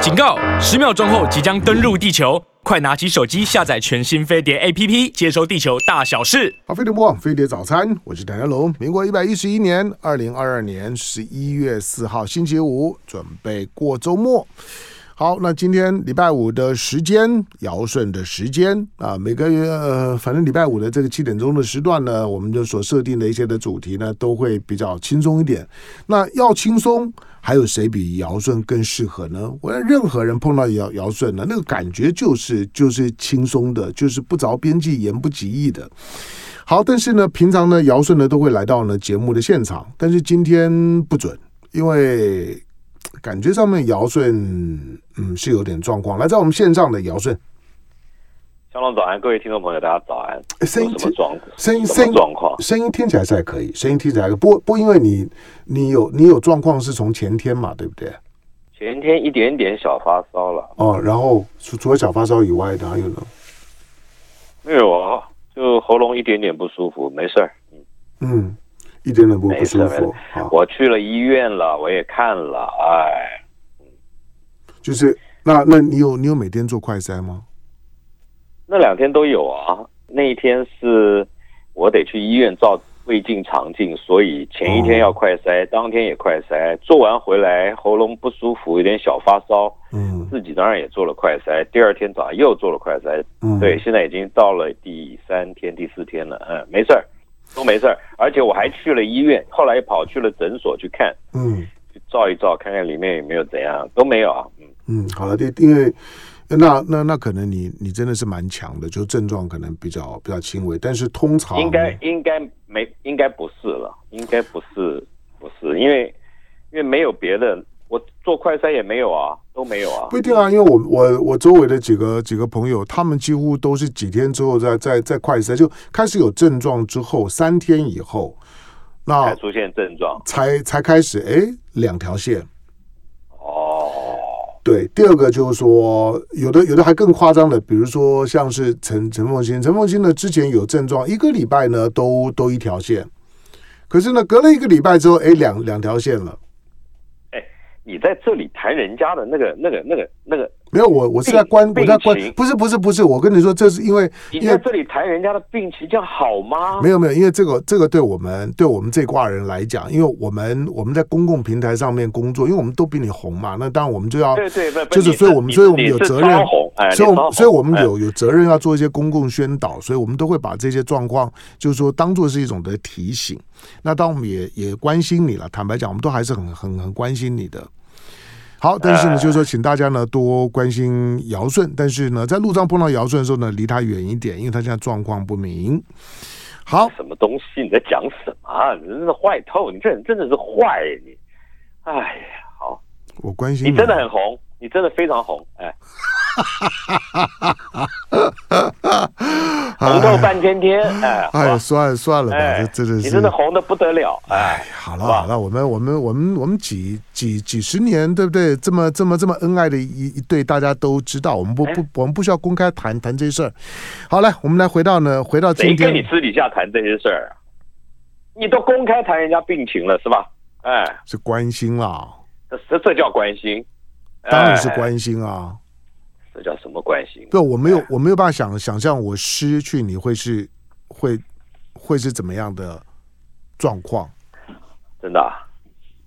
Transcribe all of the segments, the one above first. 警告！十秒钟后即将登陆地球，快拿起手机下载全新飞碟 APP，接收地球大小事。好，飞碟播，飞碟早餐，我是谭家龙。民国一百一十一年，二零二二年十一月四号，星期五，准备过周末。好，那今天礼拜五的时间，尧舜的时间啊，每个月呃，反正礼拜五的这个七点钟的时段呢，我们就所设定的一些的主题呢，都会比较轻松一点。那要轻松，还有谁比尧舜更适合呢？我让任何人碰到尧尧舜呢，那个感觉就是就是轻松的，就是不着边际、言不及义的。好，但是呢，平常呢，尧舜呢都会来到呢节目的现场，但是今天不准，因为感觉上面尧舜嗯是有点状况。来，在我们线上的尧舜，香龙早安，各位听众朋友，大家早安。哎声音有什么状况？声音什么声音状况？声音听起来是还可以，声音听起来还可以不过不过因为你你有你有状况是从前天嘛，对不对？前天一点点小发烧了，哦，然后除除了小发烧以外，哪有呢？没有啊，就喉咙一点点不舒服，没事儿。嗯，一点点不不舒没事没服事啊，我去了医院了，我也看了，哎，就是那那你有你有每天做快筛吗？那两天都有啊。那一天是我得去医院照胃镜、肠镜，所以前一天要快筛，当天也快筛，做完回来喉咙不舒服，有点小发烧，嗯自己当然也做了快筛，第二天早上又做了快筛，嗯，对，，现在已经到了第三天、第四天了，嗯，没事儿，都没事儿。而且我还去了医院，后来跑去了诊所去看，嗯。去照一照，看看里面有没有怎样，都没有啊。嗯，嗯，好了，对，因为那那那可能你你真的是蛮强的，就症状可能比较比较轻微，但是通常应该应该没，应该不是了，应该不是，不是，因为因为没有别的，我做快筛也没有啊，都没有啊不。一定啊，因为我我我周围的几个几个朋友，他们几乎都是几天之后再再再快筛，就开始有症状之后，三天以后，那才出现症状才才开始哎两条线。哦，对，第二个就是说，有的有的还更夸张的，比如说像是陈陈凤新，陈凤新呢之前有症状，一个礼拜呢都都一条线，可是呢隔了一个礼拜之后，哎两两条线了。你在这里谈人家的那个、那个、那个、那个，没有，我我是在关，病我在关病，情不是不是不是，我跟你说，这是因为你因在为这里谈人家的病情，这样好吗？没有没有，因为这个这个对我们对我们这挂人来讲，因为我们我们在公共平台上面工作，因为我们都比你红嘛，那当然我们就要对对，不不就是你所以我们你所以我们你有是责超任红哎，所以我你超们红所以我们哎有有责任要做一些公共宣导，所以我们都会把这些状况，就是说当做是一种的提醒。那当然我们也也关心你了，坦白讲，我们都还是很很很关心你的。好，但是呢，哎就是说，请大家呢多关心尧舜，但是呢，在路上碰到尧舜的时候呢，离他远一点，因为他现在状况不明。好，什么东西？你在讲什么啊？你真是坏透！你这人真的是坏你。哎呀，好，我关心你真的很红，你真的非常红，哎， 红透半边天，哎，哎呀，好算了算了吧，哎，这真的是你真的红的不得了，哎，哎，好了是吧好了，我们我们我们我们几几几十年，对不对？这么这么这么恩爱的一一对，大家都知道，我们不哎不我们不需要公开谈谈这事儿。好来，我们来回到呢，回到今谁跟你天私底下谈这些事儿啊？你都公开谈人家病情了是吧？哎，是关心啦，这这这叫关心，当然是哎，关心啊。这叫什么关心？对，我没哎有我没有办法想想象我失去你会是会会是怎么样的状况。真的啊。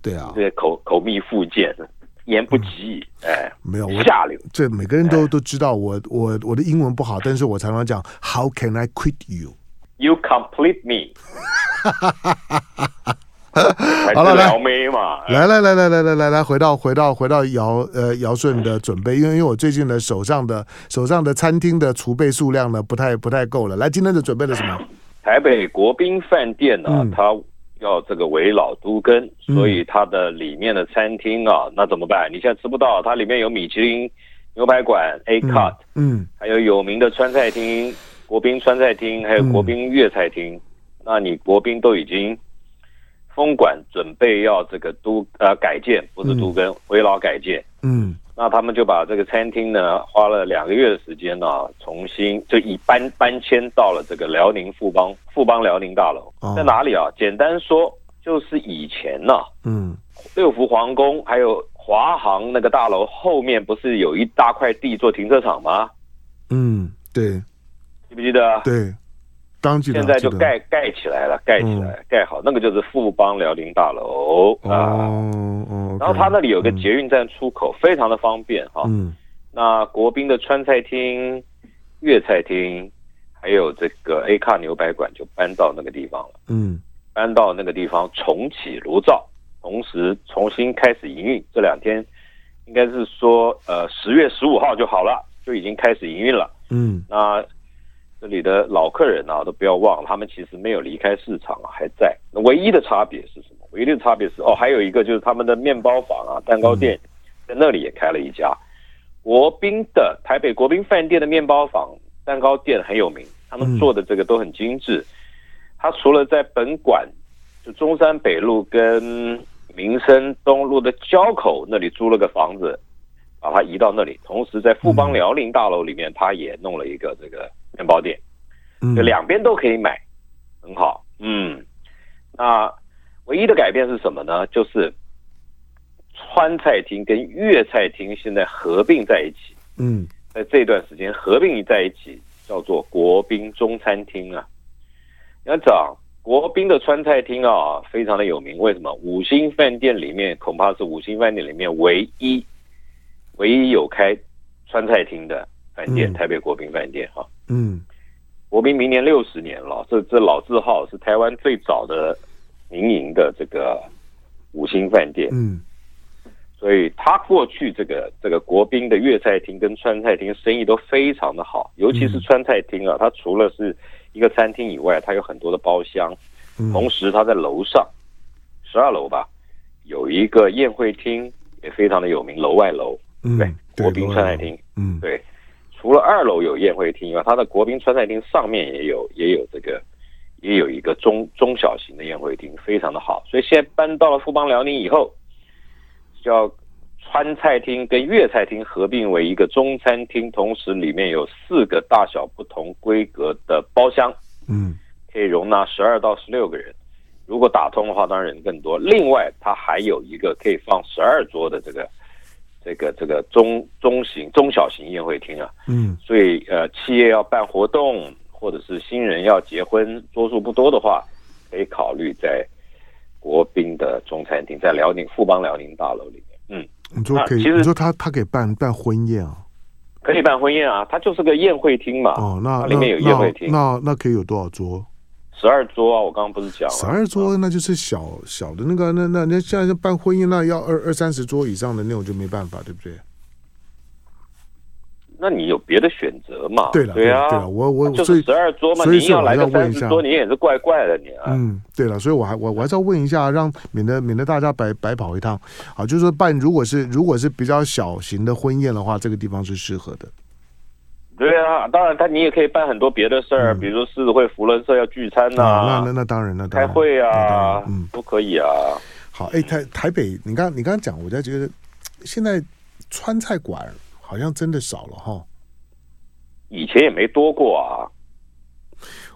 对啊这，些口口蜜腹剑，言不及义，哎，没有我下流。这每个人哎都都知道我我我的英文不好，但是我常常讲 How can I quit you？ You complete me。还好了是来撩妹嘛？哎来来来来来来来来，回到回到回到尧呃尧舜的准备，因为因为我最近的手上的手上的餐厅的储备数量呢不太不太够了。来，今天的准备了什么？台北国宾饭店呢、嗯它要这个围老都根，所以它的里面的餐厅啊，那怎么办？你现在吃不到，它里面有米其林牛排馆 A 嗯 Cut，、嗯还有有名的川菜厅、国宾川菜厅，还有嗯国宾粤菜厅。那你国宾都已经封馆，准备要这个都呃改建，不是都跟围老改建。嗯那他们就把这个餐厅呢，花了两个月的时间呢、重新就以搬搬迁到了这个辽宁富邦富邦辽宁大楼哦，在哪里啊？简单说，就是以前呢、嗯六福皇宫还有华航那个大楼后面不是有一大块地做停车场吗？嗯，对记不记得？啊对，当记得现在就记得嗯盖盖起来了，盖起来，盖好那个就是富邦辽宁大楼啊。哦嗯哦，然后 OK 它那里有个捷运站出口，非常的方便哈。嗯那国宾的川菜厅、粤菜厅，还有这个 A 卡牛百馆就搬到那个地方了。嗯搬到那个地方重启炉灶，同时重新开始营运。这两天应该是说，呃，十月十五号就好了，就已经开始营运了。嗯那这里的老客人啊，都不要忘了，他们其实没有离开市场啊，还在。那唯一的差别是什么？唯一的差别是哦，还有一个就是他们的面包房啊、蛋糕店，在那里也开了一家。国宾的台北国宾饭店的面包房、蛋糕店很有名，他们做的这个都很精致。它除了在本馆，就中山北路跟民生东路的交口那里租了个房子，把它移到那里。同时在富邦辽宁大楼里面，它也弄了一个这个面包店，嗯，就两边都可以买，很好。嗯，那唯一的改变是什么呢？就是川菜厅跟粤菜厅现在合并在一起，嗯在这段时间合并在一起，叫做国宾中餐厅啊。你要讲国宾的川菜厅啊，非常的有名。为什么？五星饭店里面恐怕是五星饭店里面唯一唯一有开川菜厅的饭店，嗯台北国宾饭店哈、嗯国宾明年六十年了，这这老字号是台湾最早的民营的这个五星饭店。嗯所以他过去这个这个国宾的粤菜厅跟川菜厅生意都非常的好，尤其嗯是川菜厅啊，它除了是一个餐厅以外，它有很多的包厢，嗯，同时它在楼上十二楼吧有一个宴会厅，也非常的有名，楼外楼嗯对国宾川菜，对厅罗兰嗯对，除了二楼有宴会厅以外，它的国宾川菜厅上面也有也有这个也有一个中中小型的宴会厅，非常的好。所以现在搬到了富邦辽宁以后，叫川菜厅跟粤菜厅合并为一个中餐厅，同时里面有四个大小不同规格的包厢，嗯可以容纳十二到十六个人。如果打通的话，当然人更多。另外，它还有一个可以放十二桌的这个、这个、这个中中型、中小型宴会厅啊，嗯所以呃，企业要办活动，或者是新人要结婚，桌数不多的话，可以考虑在国宾的中餐厅，在辽宁富邦辽宁大楼里面，嗯，你说可以，那其实你说他他给办办婚宴啊？可以办婚宴啊，它就是个宴会厅嘛，哦，那啊它里那面有宴会厅那，那那可以有多少桌？十二桌啊，我啊刚刚不是讲了十二桌那就是小小的那个，那那那现在办婚宴那要二二三十桌以上的那种就没办法，对不对？那你有别的选择嘛？对了对啊，对了我我就所以是十二桌嘛，所以你硬要来个所以我要问三一下十桌，你也是怪怪的，你啊，嗯，对了，所以我还我我还是要问一下，让免得免得大家白白跑一趟。好，就是说办如果是如果是比较小型的婚宴的话，这个地方是适合的。对啊，当然，他你也可以办很多别的事儿，比如说狮子会、福伦社要聚餐呐、嗯啊，那那那当然，那当开然会那当然啊，嗯，都可以啊。好，哎，台台北，你刚你刚讲，我才觉得现在川菜馆好像真的少了哈。以前也没多过啊，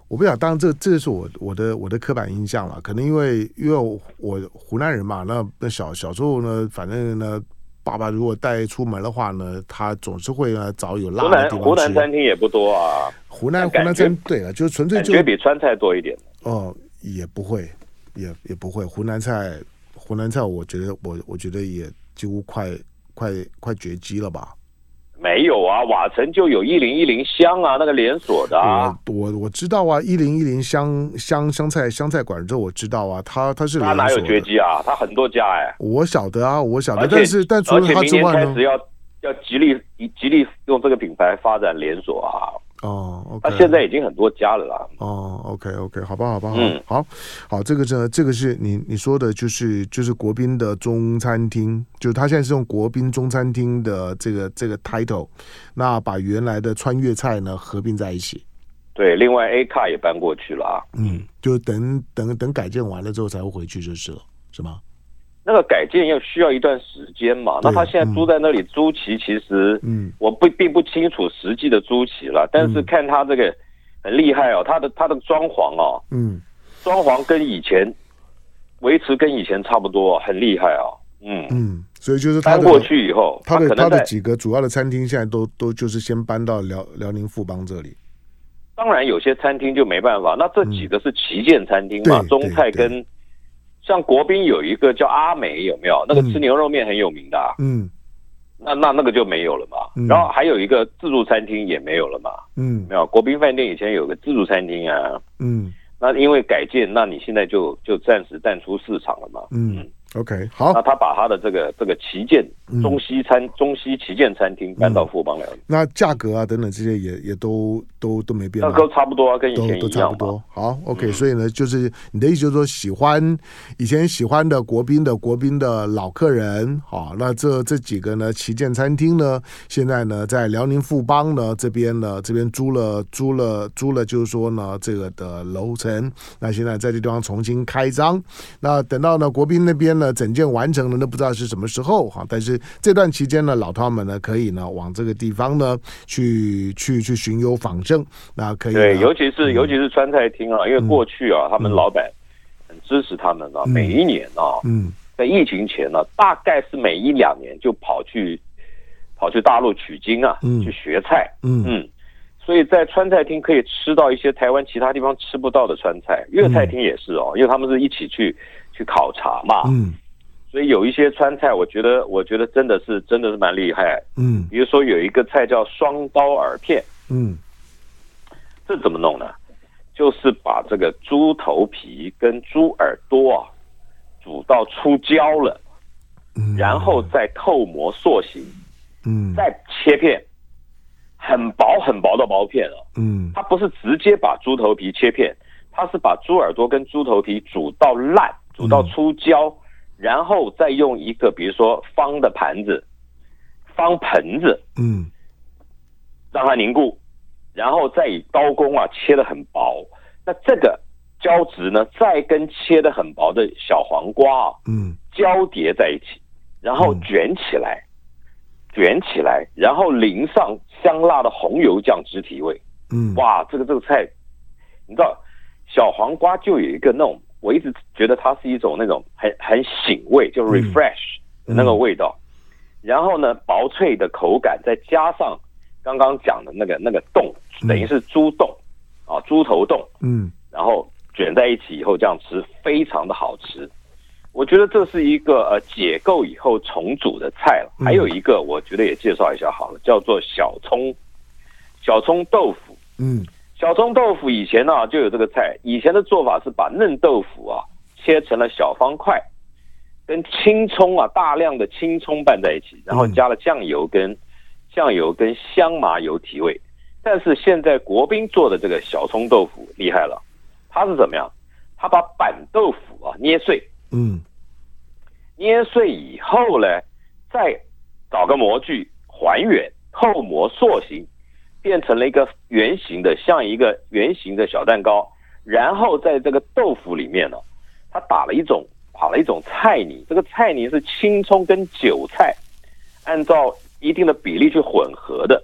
我不想，当然这这是我我的我的刻板印象了，可能因为因为我我湖南人嘛，那那小小时候呢，反正呢，爸爸如果带出门的话呢，他总是会呢找有辣湖的南地方吃。湖南餐厅也不多啊，湖南湖感南觉餐对了，就是纯粹感就觉比川菜多一点。哦、也不会，也也不会湖南菜，湖南菜我觉得我我觉得也几乎快快快绝迹了吧。没有啊，瓦城就有一零一零香啊，那个连锁的啊，我我我知道啊，一零一零湘湘湘菜湘菜馆之后我知道啊，它它是它连哪锁有绝的。迹啊？它很多家哎、我晓得啊，我晓得，而且但是但除而了且它明之年外开呢始？要要极力极力用这个品牌发展连锁啊，哦它，OK，现在已经很多家了啦。哦，OK OK，好吧，好吧，好，嗯好好，这个是这个是你你说的，就是就是国宾的中餐厅，就是他现在是用国宾中餐厅的这个这个 title，那把原来的川粤菜呢合并在一起，对，另外 A 卡也搬过去了啊。嗯，就等等等改建完了之后才会回去就是了，是吗？那个改建要需要一段时间嘛，那对他现在租在那里租期其实，嗯，我不并不清楚实际的租期了，但是看他这个很厉害哦，他的他的装潢哦，嗯，装潢跟以前维持跟以前差不多哦，很厉害哦，嗯，嗯，所以就是他搬的过去以后，他的可他能的在几个主要的餐厅现在都都就是先搬到辽辽宁富邦这里。当然有些餐厅就没办法，那这几个是旗舰餐厅嘛，嗯对中菜对跟像国宾有一个叫阿美，有没有？那个吃牛肉面很有名的啊、嗯那那那个就没有了嘛。嗯然后还有一个自助餐厅也没有了嘛，嗯有没有？国宾饭店以前有个自助餐厅啊，嗯那因为改建，那你现在就就暂时淡出市场了嘛。嗯，OK，好那，他把他的这个这个旗舰嗯中西餐、中西旗舰餐厅搬到富邦来了，那价格啊等等这些也也都都都没变那吗？都差不多啊，跟以都前都一差样不嘛。多。好，OK，、所以呢，就是你的意思就是说，喜欢以前喜欢的国宾的国宾的老客人，好，那这这几个呢旗舰餐厅呢，现在呢在辽宁富邦呢这边呢这边租了租了租了，就是说呢这个的楼层，那现在在这地方重新开张，那等到呢国宾那边呢整建完成了，那不知道是什么时候哈，但是这段期间呢，老饕们呢可以呢往这个地方呢去去去寻幽访胜，那可以对，呢尤其是尤其是川菜厅啊，因为嗯过去啊，他们老板很支持他们啊，每一年啊，嗯在疫情前呢、啊大概是每一两年就跑去跑去大陆取经啊，嗯去学菜，嗯嗯，所以在川菜厅可以吃到一些台湾其他地方吃不到的川菜，粤菜厅也是哦，因为他们是一起去去考察嘛，嗯所以有一些川菜，我觉得我觉得真的是真的是蛮厉害，嗯比如说有一个菜叫双刀耳片。嗯这怎么弄呢？就是把这个猪头皮跟猪耳朵啊煮到出胶了，嗯，然后再扣模塑形，嗯再切片，很薄很薄的薄片哦。嗯它不是直接把猪头皮切片，它是把猪耳朵跟猪头皮煮到烂，煮到出胶，然后再用一个比如说方的盘子、方盆子嗯让它凝固，然后再以刀工啊切得很薄。那这个胶质呢，再跟切得很薄的小黄瓜啊嗯交叠在一起，然后卷起来，卷起来，然后淋上香辣的红油酱汁提味。嗯，哇，这个这个菜，你知道，小黄瓜就有一个那种，我一直觉得它是一种那种很很醒味，就 refresh 的那个味道。然后呢，薄脆的口感，再加上刚刚讲的那个那个冻，等于是猪冻啊，猪头冻，嗯然后卷在一起以后这样吃，非常的好吃。我觉得这是一个呃解构以后重组的菜了。嗯还有一个，我觉得也介绍一下好了，叫做小葱，小葱豆腐。嗯小葱豆腐以前呢、啊就有这个菜，以前的做法是把嫩豆腐啊切成了小方块，跟青葱啊大量的青葱拌在一起，然后加了酱油跟酱油跟香麻油提味。但是现在国宾做的这个小葱豆腐厉害了，它是怎么样？它把板豆腐啊捏碎，嗯捏碎以后呢，再找个模具还原后模塑形，变成了一个圆形的，像一个圆形的小蛋糕。然后在这个豆腐里面呢，它打了一种打了一种菜泥，这个菜泥是青葱跟韭菜，按照一定的比例去混合的。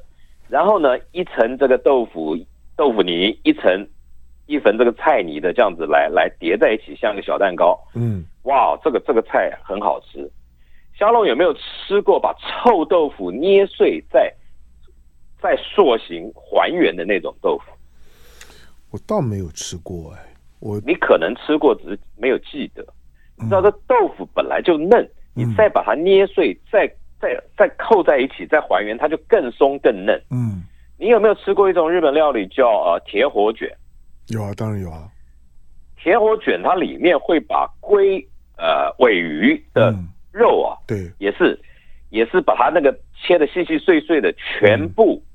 然后呢，一层这个豆腐豆腐泥，一层一层这个菜泥的这样子来来叠在一起，像一个小蛋糕。嗯哇，这个这个菜很好吃。小龙有没有吃过把臭豆腐捏碎再再塑形还原的那种豆腐？我倒没有吃过哎，我你可能吃过，只是没有记得。嗯你知道这豆腐本来就嫩，你再把它捏碎，再再再扣在一起，再还原，它就更松更嫩。嗯你有没有吃过一种日本料理叫呃铁火卷？有啊，当然有啊，铁火卷它里面会把龟呃尾鱼的嗯肉啊，对，也是也是把它那个切的细细碎碎的，全部、嗯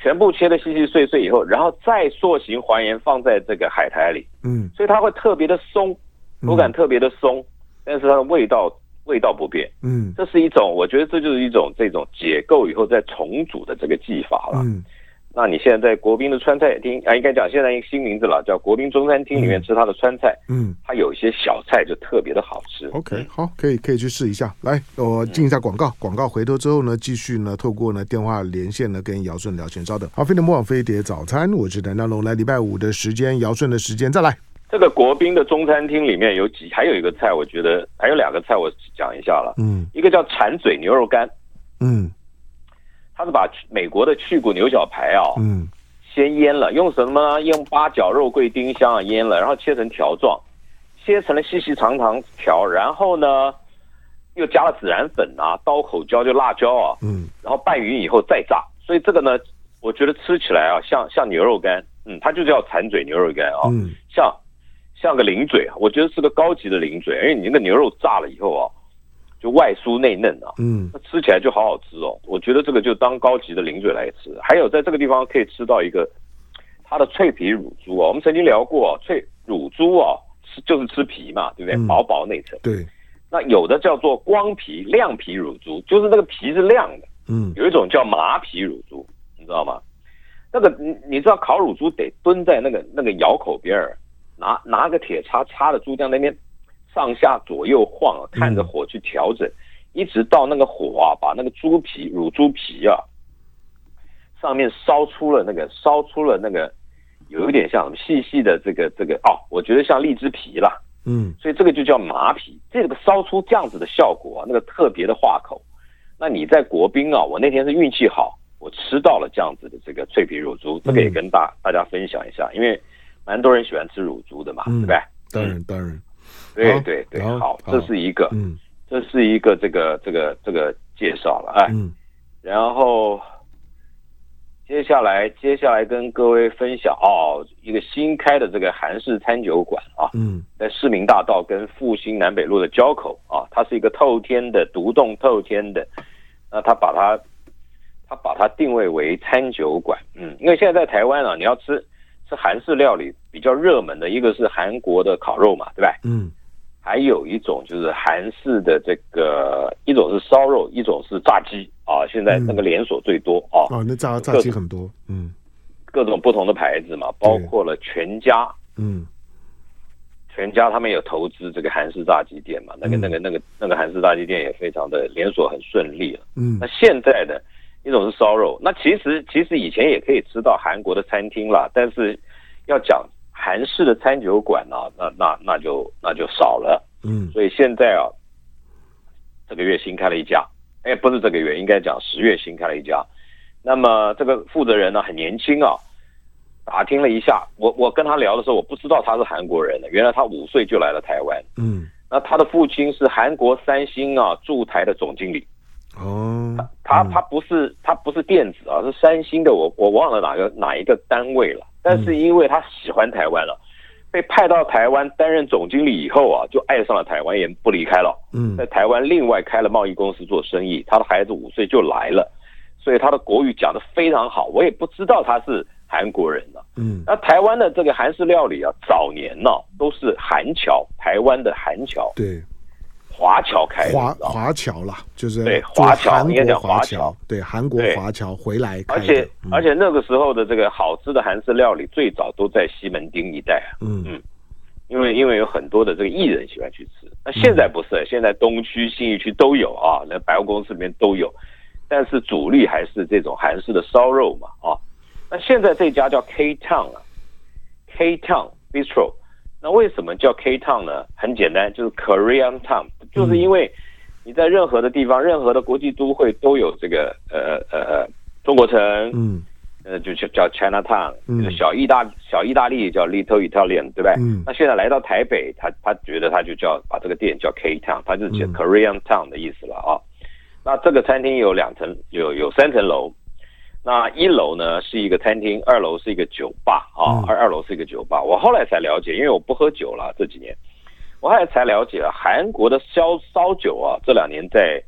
全部切的细细碎碎以后，然后再塑形还原放在这个海苔里，嗯所以它会特别的松，口感特别的松，但是它的味道味道不变。嗯这是一种，我觉得这就是一种这种解构以后再重组的这个技法了。嗯那你现在在国宾的川菜厅啊，应该讲现在一个新名字了，叫国宾中餐厅里面吃它的川菜，嗯它有一些小菜就特别的好吃。 ，OK，好，可以可以去试一下。来，我进一下广告，广告回头之后呢，继续呢，透过呢电话连线呢跟姚顺聊天，稍等。好，飞碟魔网飞碟早餐，我是谭家龙，来礼拜五的时间，姚顺的时间再来。这个国宾的中餐厅里面有几，还有一个菜，我觉得还有两个菜我讲一下了。嗯一个叫馋嘴牛肉干，嗯它是把美国的去骨牛小排啊，嗯先腌了，用什么呢？用八角、肉桂、丁香啊腌了，然后切成条状，切成了细细长长条，然后呢，又加了孜然粉啊、刀口椒就辣椒啊，嗯然后拌匀以后再炸。所以这个呢，我觉得吃起来啊，像像牛肉干，嗯，它就叫馋嘴牛肉干啊，嗯像像个零嘴，啊我觉得是个高级的零嘴，因为你那个牛肉炸了以后啊，就外酥内嫩啊，嗯那吃起来就好好吃哦。我觉得这个就当高级的零嘴来吃。还有在这个地方可以吃到一个它的脆皮乳猪哦，我们曾经聊过、哦、脆乳猪哦，吃就是吃皮嘛，对不对嗯？薄薄那层。对那有的叫做光皮亮皮乳猪，就是那个皮是亮的；嗯有一种叫麻皮乳猪，你知道吗？那个你你知道烤乳猪得蹲在那个那个窑口边儿，拿拿个铁叉插着猪在那边上下左右晃啊，看着火去调整，一直到那个火啊把那个猪皮乳猪皮啊上面烧出了那个烧出了那个有一点像细细的这个这个哦，我觉得像荔枝皮啦，嗯所以这个就叫麻皮。这个烧出这样子的效果、啊，那个特别的化口。那你在国宾啊，我那天是运气好，我吃到了这样子的这个脆皮乳猪，这个也跟大大家分享一下，因为蛮多人喜欢吃乳猪的嘛，嗯对不对？当然当然好对对对，好好，好这是一个，嗯这是一个这个这个这个介绍了，哎，嗯然后接下来接下来跟各位分享哦，一个新开的这个韩式餐酒馆啊，嗯在市民大道跟复兴南北路的交口啊，它是一个透天的独栋透天的，那它把它它把它定位为餐酒馆，嗯，因为现在在台湾啊，你要吃吃韩式料理比较热门的一个是韩国的烤肉嘛，对吧？嗯还有一种就是韩式的这个，一种是烧肉，一种是炸鸡啊，现在那个连锁最多啊，哦，那炸炸鸡很多，嗯各种不同的牌子嘛，包括了全家，嗯全家他们有投资这个韩式炸鸡店嘛，那个嗯那个那个那个韩式炸鸡店也非常的连锁很顺利了。啊嗯那现在的一种是烧肉，那其实其实以前也可以吃到韩国的餐厅啦，但是要讲韩式的餐酒馆呢、那那那就那就少了。嗯所以现在啊，这个月新开了一家，哎，不是这个月，应该讲十月新开了一家。那么这个负责人呢很年轻啊，打听了一下，我我跟他聊的时候，我不知道他是韩国人的，原来他五岁就来了台湾。嗯那他的父亲是韩国三星啊驻台的总经理，哦，他他不是他不是电子啊，是三星的，我我忘了哪个哪一个单位了。但是因为他喜欢台湾了，被派到台湾担任总经理以后啊，就爱上了台湾，也不离开了。嗯在台湾另外开了贸易公司做生意，他的孩子五岁就来了，所以他的国语讲得非常好，我也不知道他是韩国人呢、嗯那台湾的这个韩式料理啊，早年呢、都是韩侨，台湾的韩侨、对。华侨开的，华你知道吗华侨啦，就是对就是华侨韩应该国讲华华侨侨，对韩国对华侨回来开而的，且嗯而且那个时候的这个好吃的韩式料理，最早都在西门町一带啊，嗯因为因为有很多的这个艺人喜欢去吃。那现在不是，现在东区、信义区都有啊，那百货公司里面都有，但是主力还是这种韩式的烧肉嘛啊。那现在这家叫 K Town 啊，K Town Bistro。那为什么叫 K Town 呢？很简单，就是 Korean Town，就是因为你在任何的地方、任何的国际都会都有这个呃呃呃中国城，嗯呃，就叫叫 China Town，、嗯就是小意大小意大利叫 Little Italian，对不对？嗯那现在来到台北，他他觉得他就叫把这个店叫 K Town，他就是写嗯 Korean Town 的意思了啊。那这个餐厅有两层，有有三层楼。那一楼呢是一个餐厅，二楼是一个酒吧啊嗯，二、二楼是一个酒吧。我后来才了解，因为我不喝酒了这几年，我后来才了解了韩国的烧烧酒啊，这两年在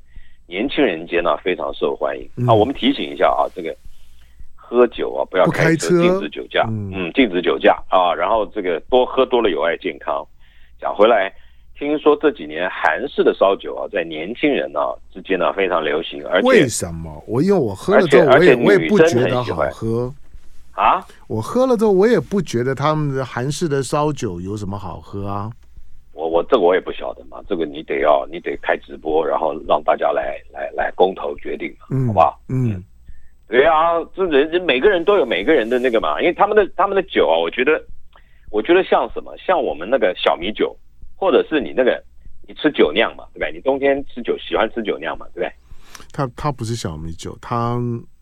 年轻人间呢、非常受欢迎、嗯啊。我们提醒一下啊，这个喝酒啊不要不开车禁止酒驾，嗯嗯，禁止酒驾啊。然后这个多喝多了有害健康。讲回来，听说这几年韩式的烧酒啊，在年轻人呢、之间呢、非常流行，而且为什么？我因为我喝了之后，而我且也而且我也不女觉生得很喜好欢喝，啊，我喝了之后，我也不觉得他们的韩式的烧酒有什么好喝啊。我我这个我也不晓得嘛，这个你得要你得开直播，然后让大家来来来公投决定嘛，嗯，好不好？嗯对啊，这人人每个人都有每个人的那个嘛，因为他们的他们的酒啊，我觉得我觉得像什么，像我们那个小米酒，或者是你那个你吃酒酿嘛，对不对？你冬天吃酒喜欢吃酒酿嘛，对不对？它它不是小米酒，它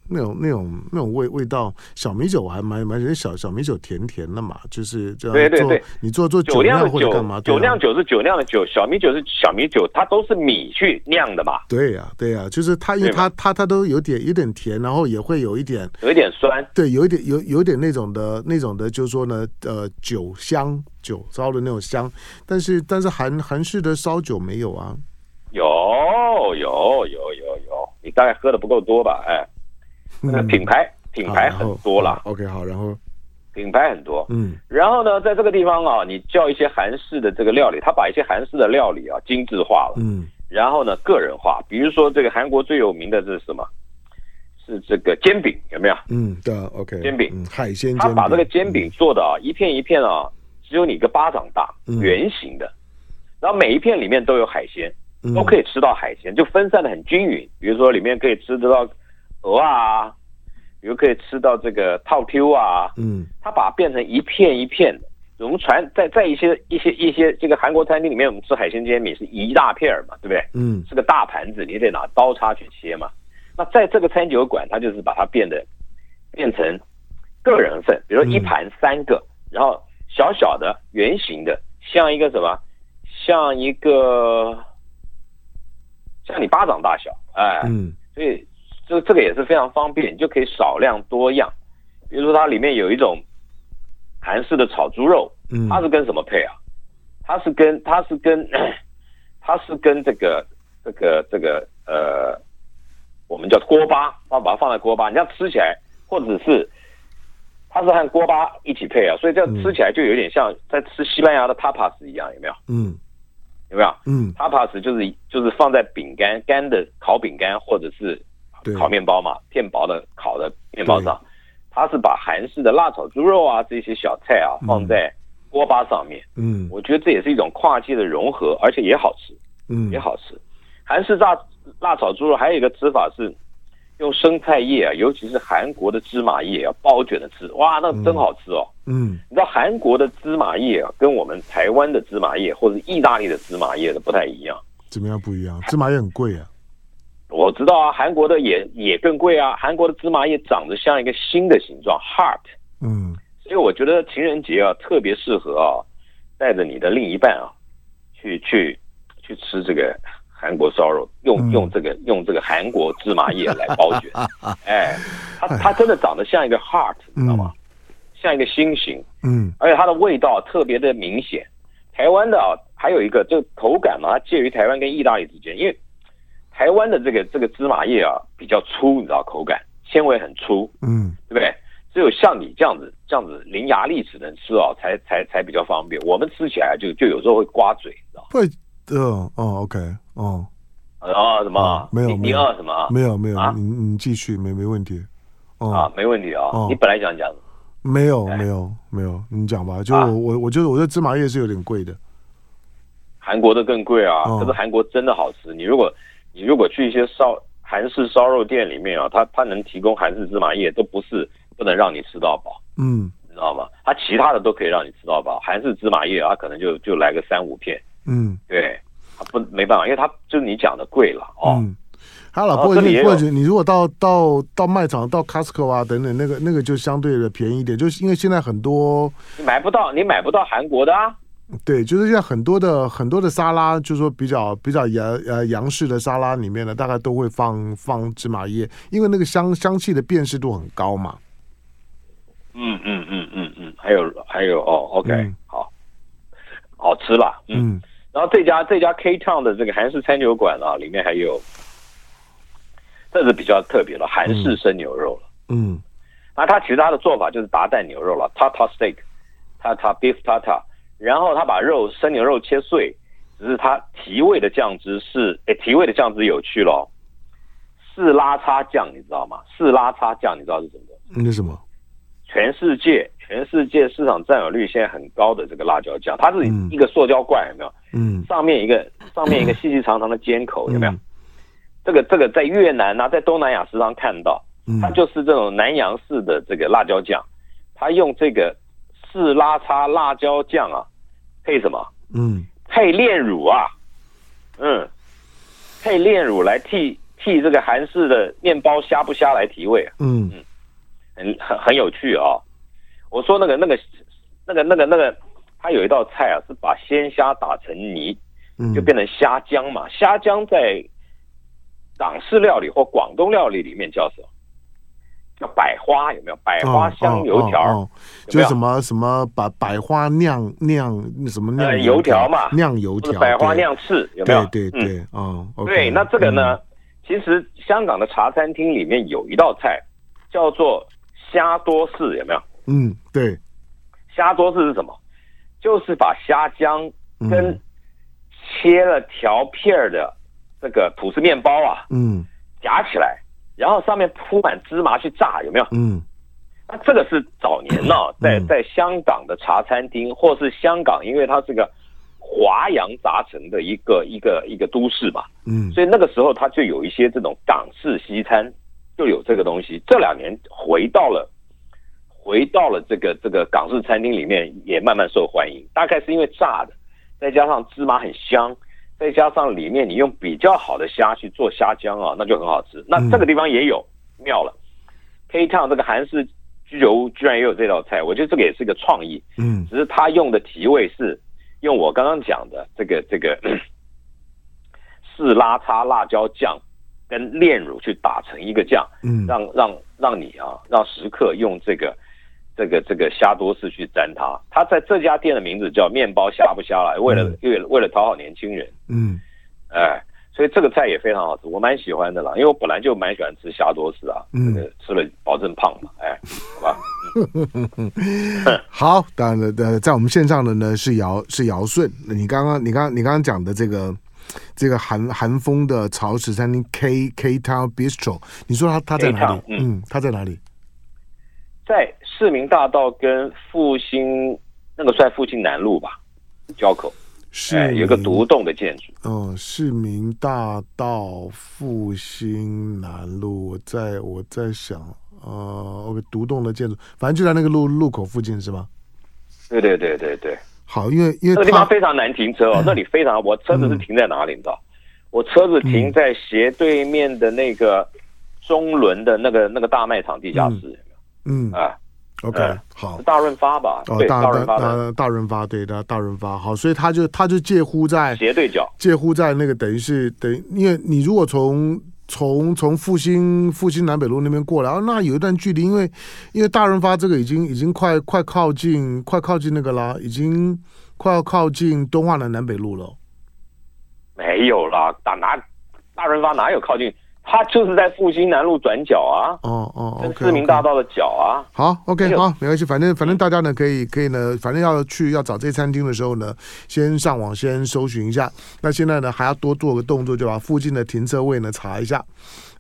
那种那种那种味味道，小米酒我还蛮蛮觉得小小米酒甜甜的嘛，就是这样对对做对你做做酒酿酿的或者酒干嘛，，对酒啊酿酒是酒酿的酒，小米酒是小米酒，它都是米去酿的嘛，对呀、对呀、就是它，因为对嘛它它它都有点有点甜，然后也会有一点有一点酸。对，有一点有有点那种的那种的，就是说呢，呃，酒香酒糟的那种香，但是但是韩韩式的烧酒没有啊，有有有有有，你大概喝的不够多吧？哎，那嗯品牌品好牌然后很多啦，好 OK，好，然后品牌很多。嗯然后呢，在这个地方啊，你叫一些韩式的这个料理，他把一些韩式的料理啊精致化了，嗯然后呢个人化。比如说这个韩国最有名的是什么？是这个煎饼，有没有？嗯的 OK，煎饼嗯，海鲜煎他饼，把这个煎饼做的啊，一片一片啊，只有你一个巴掌大，嗯圆形的，然后每一片里面都有海鲜，嗯都可以吃到海鲜，就分散的很均匀。比如说里面可以吃得到鹅啊，比如可以吃到这个套 Q 啊，嗯它把它变成一片一片的。我们传在在一些一些一些这个韩国餐厅里面，我们吃海鲜煎饼是一大片儿嘛，对不对？嗯是个大盘子，你得拿刀叉去切嘛。那在这个餐酒馆，它就是把它变得变成个人份，比如说一盘三个，然后小小的圆形的，像一个什么，像一个像你巴掌大小，哎，嗯所以这这个也是非常方便，你就可以少量多样。比如说它里面有一种韩式的炒猪肉，嗯，它是跟什么配啊？它是跟它是跟 它是跟这个这个这个呃，我们叫锅巴，它把它放在锅巴，你这样吃起来，或者是它是和锅巴一起配啊，所以这样吃起来就有点像在吃西班牙的 tapas 一样，有没有？嗯有没有嗯？tapas 就是就是放在饼干干的烤饼干或者是对烤面包嘛，片薄的烤的面包上，它是把韩式的辣炒猪肉啊这些小菜啊嗯放在锅巴上面。嗯我觉得这也是一种跨界的融合，而且也好吃，嗯也好吃。韩式辣辣炒猪肉还有一个吃法是用生菜叶啊，尤其是韩国的芝麻叶啊包卷着吃，哇，那真好吃哦！嗯你知道韩国的芝麻叶啊，跟我们台湾的芝麻叶或者意大利的芝麻叶的不太一样。怎么样不一样？芝麻也很贵啊，我知道啊，韩国的也也更贵啊，韩国的芝麻叶长得像一个心的形状，heart，嗯所以我觉得情人节啊，特别适合啊，带着你的另一半啊，去去去吃这个韩国烧肉，用嗯用这个用这个韩国芝麻叶来包卷，哎，它它真的长得像一个 heart，你知道吗？像一个心形，嗯而且它的味道特别的明显。台湾的啊，还有一个就口感嘛，它介于台湾跟意大利之间，因为台湾的这个这个芝麻叶啊比较粗，你知道口感纤维很粗，嗯对不对？只有像你这样子这样子伶牙俐齿的人吃哦，才才才比较方便。我们吃起来就就有时候会刮嘴，你知道吗？不呃哦 OK 哦啊什么啊？没有你没你有饿什么啊？没有没有啊你你继续没没问题哦啊，没问题啊哦。你本来想讲什么没有没有没有，你讲吧，就我、啊我我觉得我的芝麻叶是有点贵的，韩国的更贵啊，哦可是韩国真的好吃。你如果你如果去一些烧韩式烧肉店里面啊，它它能提供韩式芝麻叶，都不是不能让你吃到饱，嗯你知道吗？它其他的都可以让你吃到饱，韩式芝麻叶啊，可能就就来个三五片，嗯对，它不没办法，因为它就是你讲的贵了哦。嗯。还有啦，哦不过这里你也不过有你如果到到到卖场、到 Costco 啊等等，那个那个就相对的便宜一点，就是因为现在很多你买不到，你买不到韩国的啊。对，就是现在很多的很多的沙拉，就是说比较比较洋呃洋式的沙拉里面呢，大概都会放放芝麻叶，因为那个香香气的辨识度很高嘛。嗯嗯嗯嗯嗯，还有还有哦，OK，、嗯好，好吃啦。嗯，嗯然后这家这家 K Town 的这个韩式餐酒馆啊，里面还有，这是比较特别了，韩式生牛肉了。嗯那它其实它的做法就是达蛋牛肉了，tata steak，tata beef tata，然后它把肉生牛肉切碎，只是它提味的酱汁是，诶，提味的酱汁有趣咯，是拉叉酱，你知道吗？是拉叉酱，你知道是什么？那什么，全世界全世界市场占有率现在很高的这个辣椒酱，它是嗯一个塑胶罐，有没有？嗯上面 一个上面一个细细长长的尖口，有没有嗯？这个这个在越南啊，在东南亚时常看到，嗯它就是这种南洋式的这个辣椒酱，它用这个式拉茶辣椒酱啊，配什么？嗯，配炼乳啊，嗯，配炼乳来替替这个韩式的面包虾不虾来提味，啊嗯，很很很有趣啊、我说那个那个那个那个那个，它有一道菜啊，是把鲜虾打成泥，嗯，就变成虾浆嘛。虾浆在港式料理或广东料理里面叫什么？叫百花，有没有？百花香油条，哦哦哦有就是没有什么什么把百花酿酿什么酿呃油条嘛酿油或条，者百花对酿翅，有没有对？对嗯对，哦，OK，嗯，对，那这个呢，其实香港的茶餐厅里面有一道菜叫做虾多士，有没有？嗯？嗯，对，虾多士是什么？就是把虾浆嗯跟切了条片儿的这个吐司面包啊嗯夹起来，然后上面铺满芝麻去炸，有没有？嗯那这个是早年呢、在嗯在香港的茶餐厅，或是香港，因为它是个华洋杂陈的一个一个一个都市嘛，嗯所以那个时候它就有一些这种港式西餐，就有这个东西。这两年回到了，回到了这个这个港式餐厅里面，也慢慢受欢迎。大概是因为炸的，再加上芝麻很香，再加上里面你用比较好的虾去做虾浆啊，那就很好吃。那这个地方也有妙了，K Town 这个韩式居酒屋居然也有这道菜，我觉得这个也是个创意。嗯只是他用的提味是用我刚刚讲的这个这个 是拉叉辣椒酱跟炼乳去打成一个酱，嗯，让让让你啊，让食客用这个这个这个虾多士去沾它。他在这家店的名字叫面包虾不虾来，为了嗯为了为了讨好年轻人，嗯哎。所以这个菜也非常好吃，我蛮喜欢的啦，因为我本来就蛮喜欢吃虾多士啊，嗯这个吃了保证胖嘛，哎，好吧，好，当然了，呃，在我们线上的呢是尧是尧舜，你刚刚你刚你刚刚讲的这个这个韩韩风的潮食餐厅 K K Town Bistro，你说它它在哪里 K？Town，嗯，它在哪里？在市民大道跟复兴那个算复兴南路吧，交口，是、哎，有一个独栋的建筑，哦，市民大道复兴南路，我在我在想，呃，OK，独栋的建筑，反正就在那个路路口附近是吗？对对对对对，好，因为因那个为地方它非常难停车哦，那里非常，我车子是停在哪里，你知道？我车子停在斜对面的那个中轮的那个那个大卖场地下室，嗯啊， ，OK，、哎好是。大润发吧？哦，对，大大润发大的大润发，对，大大润发，好，所以它就它就介乎在斜对角，介乎在那个等于是等于，因为你如果从从从复兴复兴南北路那边过来，哦那有一段距离，因为因为大润发这个已经已经快快靠近快靠近那个啦，已经快要靠近东华南南北路了。没有啦，打哪大润发哪有靠近？它就是在复兴南路转角啊，哦哦跟，OK，市民大道的角啊。好没，OK，有好，没关系，反正反正大家呢可以可以呢，反正要去要找这餐厅的时候呢，先上网先搜寻一下。那现在呢还要多做个动作，就把附近的停车位呢查一下。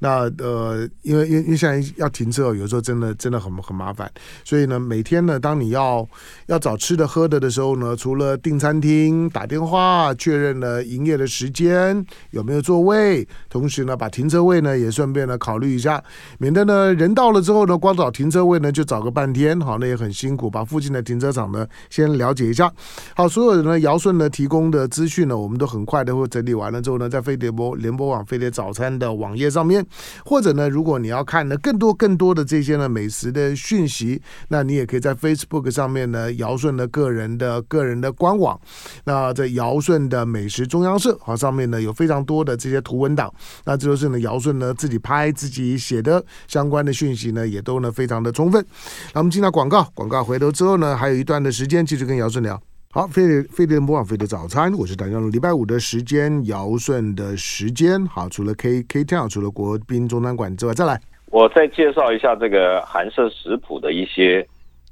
那呃，因为因为因为现在要停车哦，有时候真的真的很很麻烦，所以呢，每天呢，当你要要找吃的喝的的时候呢，除了订餐厅、打电话确认了营业的时间有没有座位，同时呢，把停车位呢也顺便呢考虑一下，免得呢人到了之后呢，光找停车位呢就找个半天，好，那也很辛苦。把附近的停车场呢先了解一下。好，所有的呢尧舜呢提供的资讯呢，我们都很快的会整理完了之后呢，在飞碟播联播网飞碟早餐的网页上面，或者呢，如果你要看呢更多更多的这些呢美食的讯息，那你也可以在 Facebook 上面呢尧舜的个人的个人的官网，那在尧舜的美食中央社好上面呢有非常多的这些图文档，那这就是呢尧舜呢自己拍自己写的相关的讯息呢也都呢非常的充分。那我们进到广告，广告回头之后呢还有一段的时间继续跟尧舜聊。好，飞碟飞碟播网飞碟早餐，我是谭家龙。礼拜五的时间，尧舜的时间。好，除了 K K Town，除了国宾中餐馆之外，再来我再介绍一下这个韩式食谱的一些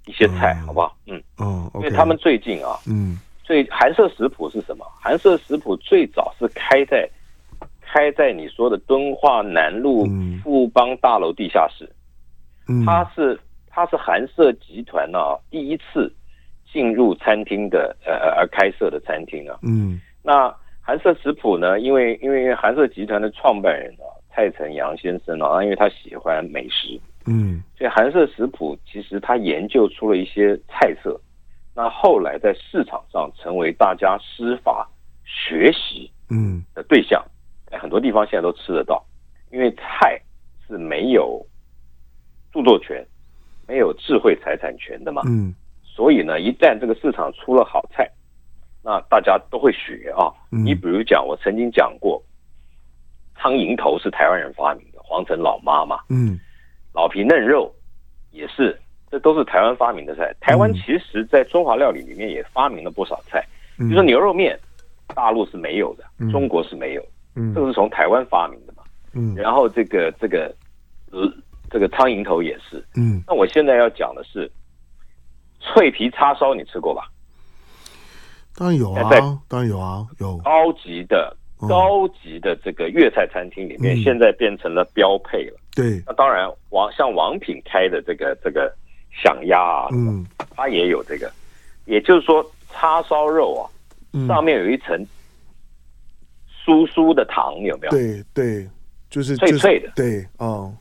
一些菜，嗯好不好？嗯，哦因，OK，为他们最近啊，嗯最韩式食谱是什么？韩式食谱最早是开在开在你说的敦化南路嗯富邦大楼地下室，嗯，它是它是韩舍集团啊第一次进入餐厅的呃呃而开设的餐厅啊。嗯那韩舍食谱呢？因为因为韩舍集团的创办人啊蔡成阳先生啊，因为他喜欢美食，嗯所以韩式食谱其实它研究出了一些菜色，那后来在市场上成为大家施法学习嗯的对象，哎很多地方现在都吃得到，因为菜是没有著作权、没有智慧财产权的嘛，嗯所以呢，一旦这个市场出了好菜，那大家都会学啊。嗯你比如讲，我曾经讲过，苍蝇头是台湾人发明的，黄城老妈嘛，嗯老皮嫩肉也是，这都是台湾发明的菜。台湾嗯其实在中华料理里面也发明了不少菜，比嗯，如说牛肉面，大陆是没有的，中国是没有，嗯这个是从台湾发明的嘛。嗯然后这个这个，呃，这个苍蝇头也是。嗯，那我现在要讲的是，脆皮叉烧你吃过吧？当然哎有啊，当然有啊，有高级的嗯高级的这个粤菜餐厅里面，嗯现在变成了标配了。对，那当然，王像王品开的这个这个响鸭啊，嗯它也有这个，也就是说叉烧肉啊，嗯，上面有一层酥酥的糖，有没有？对对，就是脆就是脆的对哦，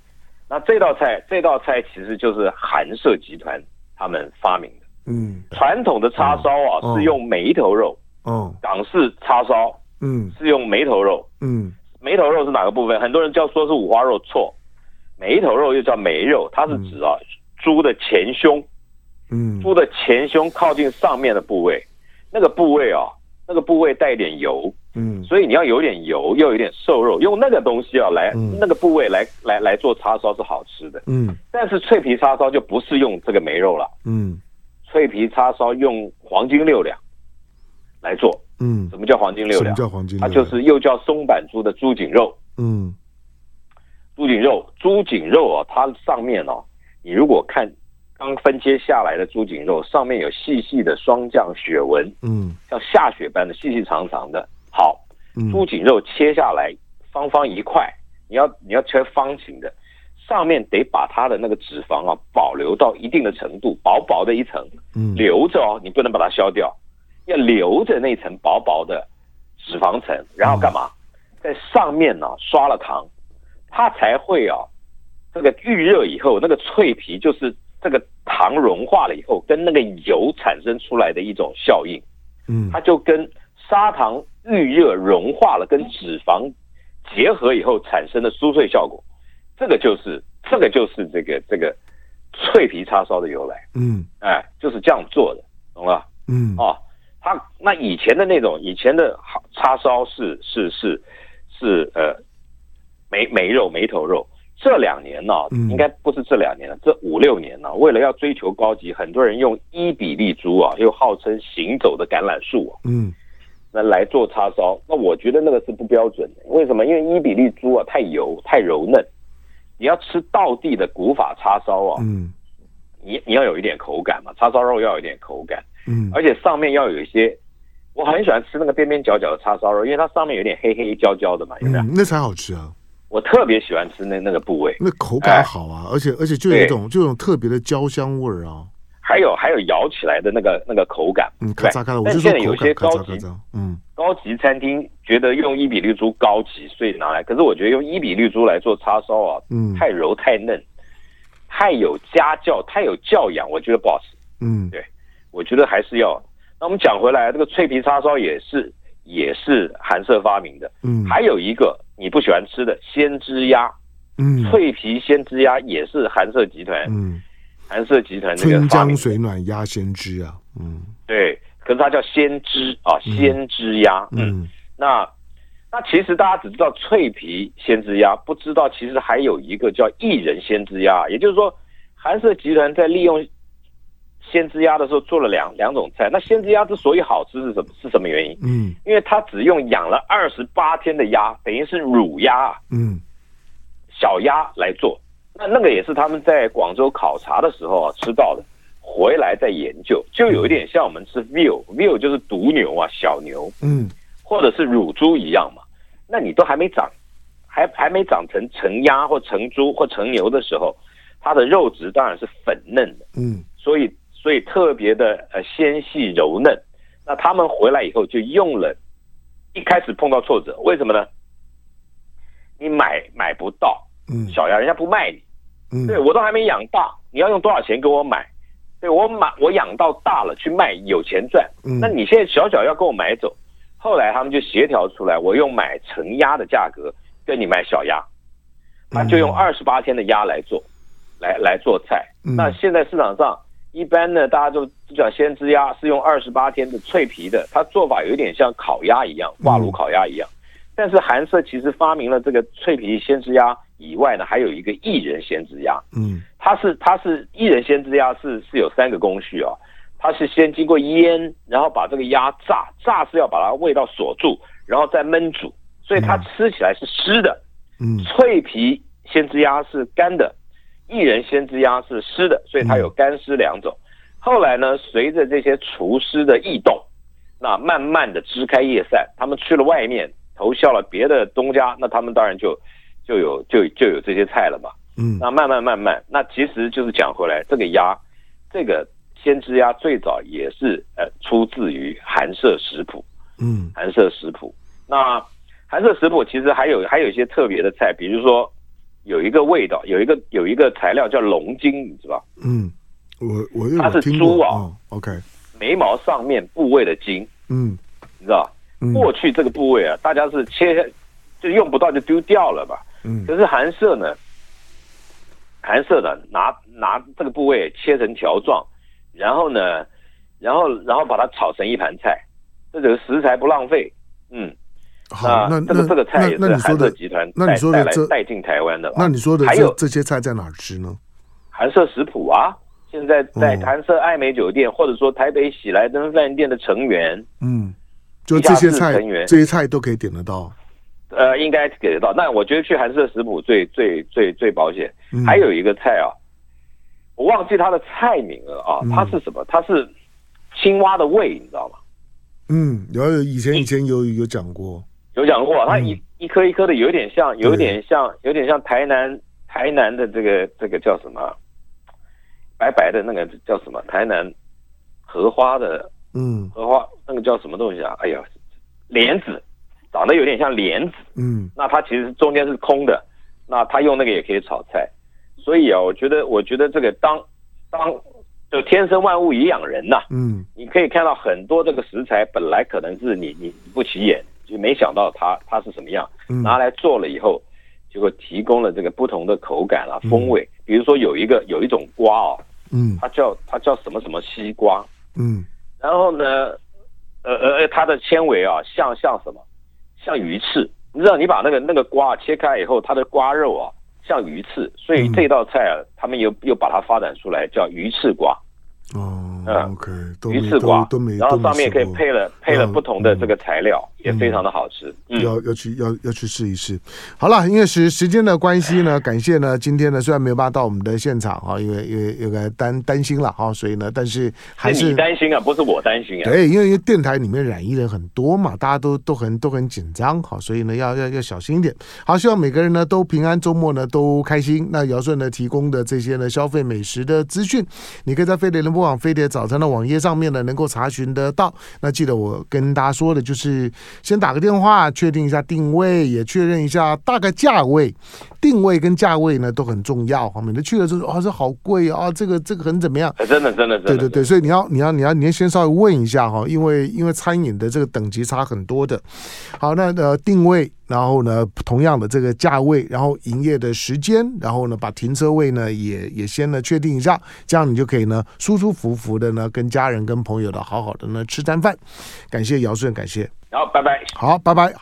那这道菜，这道菜其实就是韩舍集团他们发明的。嗯传统的叉烧嗯啊，是用梅头肉；哦，港式叉烧嗯是用梅头肉。嗯梅头肉是哪个部分？很多人叫说是五花肉，错。梅头肉又叫梅肉，它是指啊、猪的前胸，嗯猪的前胸靠近上面的部位，那个部位啊，那个部位带一点油，嗯所以你要有点油，又有点瘦肉，用那个东西啊来、嗯那个部位来来来做叉烧是好吃的。嗯但是脆皮叉烧就不是用这个梅肉了，嗯脆皮叉烧用黄金六两来做。嗯，什么叫黄金六什么两？叫黄金它六就两？是又叫松板猪的猪颈肉。嗯猪颈肉，猪颈肉啊，它上面哦，你如果看刚分切下来的猪颈肉，上面有细细的霜降雪纹，嗯像下雪般的细细长长的。好，嗯，猪颈肉切下来方方一块，你要你要切方形的，上面得把它的那个脂肪啊保留到一定的程度，薄薄的一层嗯留着哦，你不能把它削掉，要留着那层薄薄的脂肪层，然后干嗯嘛？在上面呢、刷了糖，它才会啊，这个预热以后，那个脆皮就是这个糖融化了以后，跟那个油产生出来的一种效应，嗯它就跟砂糖预热融化了跟脂肪结合以后产生的酥脆效果，这个就是这个就是这个这个脆皮叉烧的由来。嗯哎，就是这样做的，懂了？嗯哦，他那以前的那种，以前的好叉烧是是是是呃梅梅肉梅头肉，这两年呢、嗯应该不是这两年了，这五六年呢、为了要追求高级，很多人用伊比利猪啊，又号称行走的橄榄树啊，嗯那来做叉烧，那我觉得那个是不标准的。为什么？因为伊比利猪啊太油太柔嫩，你要吃道地的古法叉烧啊，嗯你你要有一点口感嘛，叉烧肉要有一点口感，嗯而且上面要有一些，我很喜欢吃那个边边角角的叉烧肉，因为它上面有点黑黑焦焦的嘛，有没有？嗯，那才好吃啊，我特别喜欢吃那那个部位，那口感好啊，而且而且就有一对种就有一种特别的焦香味儿啊，还有还有咬起来的那个那个口感，嗯，对咔嚓咔嚓，我但就说现在有口些感咔高嚓咔级嚓，嗯高级餐厅觉得用伊比利猪高级，所以拿来。可是我觉得用伊比利猪来做叉烧啊，嗯太柔太嫩，太有家教，太有教养，我觉得不好吃。嗯我觉得还是要。那我们讲回来，这个脆皮叉烧也是也是韩舍发明的。嗯还有一个你不喜欢吃的鲜汁鸭，嗯脆皮鲜汁鸭也是韩舍集团，嗯，韩舍集团那个春发江明的。水暖鸭先知啊，嗯对，可是它叫鲜汁啊，嗯鲜汁鸭。嗯，嗯那那其实大家只知道脆皮鲜汁鸭，不知道其实还有一个叫薏仁鲜汁鸭，也就是说，韩舍集团在利用。鲜汁鸭的时候做了两两种菜，那鲜汁鸭之所以好吃是什么？是什么原因？嗯因为它只用养了二十八天的鸭，等于是乳鸭啊，嗯小鸭来做。那那个也是他们在广州考察的时候啊吃到的，回来再研究，就有一点像我们吃 veal，veal 就是独牛啊、小牛嗯或者是乳猪一样嘛。那你都还没长，还还没长成成鸭或成猪或成牛的时候，它的肉质当然是粉嫩的。嗯所以所以特别的呃纤细柔嫩。那他们回来以后就用了，一开始碰到挫折，为什么呢？你买买不到嗯小鸭，人家不卖你，嗯，对我都还没养大，你要用多少钱给我买？对我买我养到大了去卖有钱赚，嗯那你现在小小要跟我买走，后来他们就协调出来，我用买成鸭的价格跟你买小鸭，他就用二十八天的鸭来做，来来做菜。嗯那现在市场上一般呢，大家就就讲先知鸭是用二十八天的脆皮的，它做法有点像烤鸭一嗯样，挂炉烤鸭一样。但是韩舍其实发明了这个脆皮鲜知鸭以外呢，还有一个薏仁鲜知鸭。嗯它是它是一人先制鸭是是有三个工序啊、它是先经过腌，然后把这个鸭炸，炸是要把它味道锁住，然后再焖煮，所以它吃起来是湿的。嗯脆皮鲜制鸭是干的，薏仁鲜制鸭是湿的，所以它有干湿两种。后来呢，随着这些厨师的异动，那慢慢的枝开叶散，他们去了外面，投效了别的东家，那他们当然就就有就就有这些菜了嘛。嗯那慢慢慢慢，那其实就是讲回来，这个鸭，这个先知鸭最早也是呃出自于韩舍食谱，嗯韩舍食谱。那韩舍食谱其实还有还有一些特别的菜，比如说有一个味道，有一个有一个材料叫龙筋，你知道吧？嗯，我我它有是听猪过啊哦，OK，眉毛上面部位的筋，嗯你知道吧？嗯过去这个部位啊，大家是切就用不到就丢掉了嘛。嗯可是韩舍呢，韩舍呢拿拿这个部位切成条状，然后呢，然后然后把它炒成一盘菜，这个食材不浪费。嗯，好，那这个那这个菜也那是你说韩舍的集团那你带说带的来这带进台湾的吧。那你说的还这有这些菜在哪儿吃呢？韩舍食谱啊，现在在哦韩舍爱美酒店、或者说台北喜来登饭店的成员，嗯，就地这下些室菜成员这些菜都可以点得到。呃，应该给得到。那我觉得去韩舍食谱最最最最保险。嗯还有一个菜啊，我忘记它的菜名了啊嗯，它是什么？它是青蛙的胃，你知道吗？嗯，有有以哎前以前有有讲过，有讲过，它嗯一一颗一颗的，有点像，有点像，有点像台南台南的这个这个叫什么？白白的那个叫什么？台南荷花的嗯荷花那个叫什么东西啊？哎呀，莲子，长得有点像莲子。嗯那它其实中间是空的，那它用那个也可以炒菜。所以啊，我觉得，我觉得这个当当就天生万物以养人呐、嗯你可以看到很多这个食材本来可能是你你不起眼，就没想到它它是什么样，嗯拿来做了以后，结果提供了这个不同的口感啊、风味。比如说有一个有一种瓜哦，嗯它叫它叫什么什么西瓜，嗯然后呢，呃呃呃，它的纤维啊，像像什么？像鱼翅。你知道，你把那个那个瓜切开以后，它的瓜肉啊，像鱼翅，所以嗯这道菜啊，他们又又把它发展出来，叫鱼翅瓜，哦嗯，OK，都鱼没翅都瓜都没，，然后都没上面吃可以过配了配了嗯不同的这个材料，也嗯非常的好吃。嗯，要要去要要去试一试。好了，因为时时间的关系 呢，感谢呢，今天呢虽然没有办法到我们的现场哈，因为因为有个担担心了哈，所以呢，但是还是是你担心啊，不是我担心啊。对，因为因为电台里面染疫人很多嘛，大家都都很都很紧张，好，所以呢要要要小心一点。好，希望每个人呢都平安，周末呢都开心。那姚顺呢提供的这些呢消费美食的资讯，你可以在飞碟联播网、飞碟早餐的网页上面呢能够查询得到。那记得我跟大家说的就是，先打个电话确定一下定位，也确认一下大概价位。定位跟价位呢都很重要，哈，免得去了之后啊这好贵啊，这个这个很怎么样。呃真的，真的，真的，对对对，所以你要你要你要你要先稍微问一下哈，因为因为餐饮的这个等级差很多的。好，那呃定位，然后呢同样的这个价位，然后营业的时间，然后呢把停车位呢也也先呢确定一下，这样你就可以呢舒舒服服的呢跟家人跟朋友的好好的呢吃餐饭。感谢姚顺，感谢，然后拜拜。好，拜拜。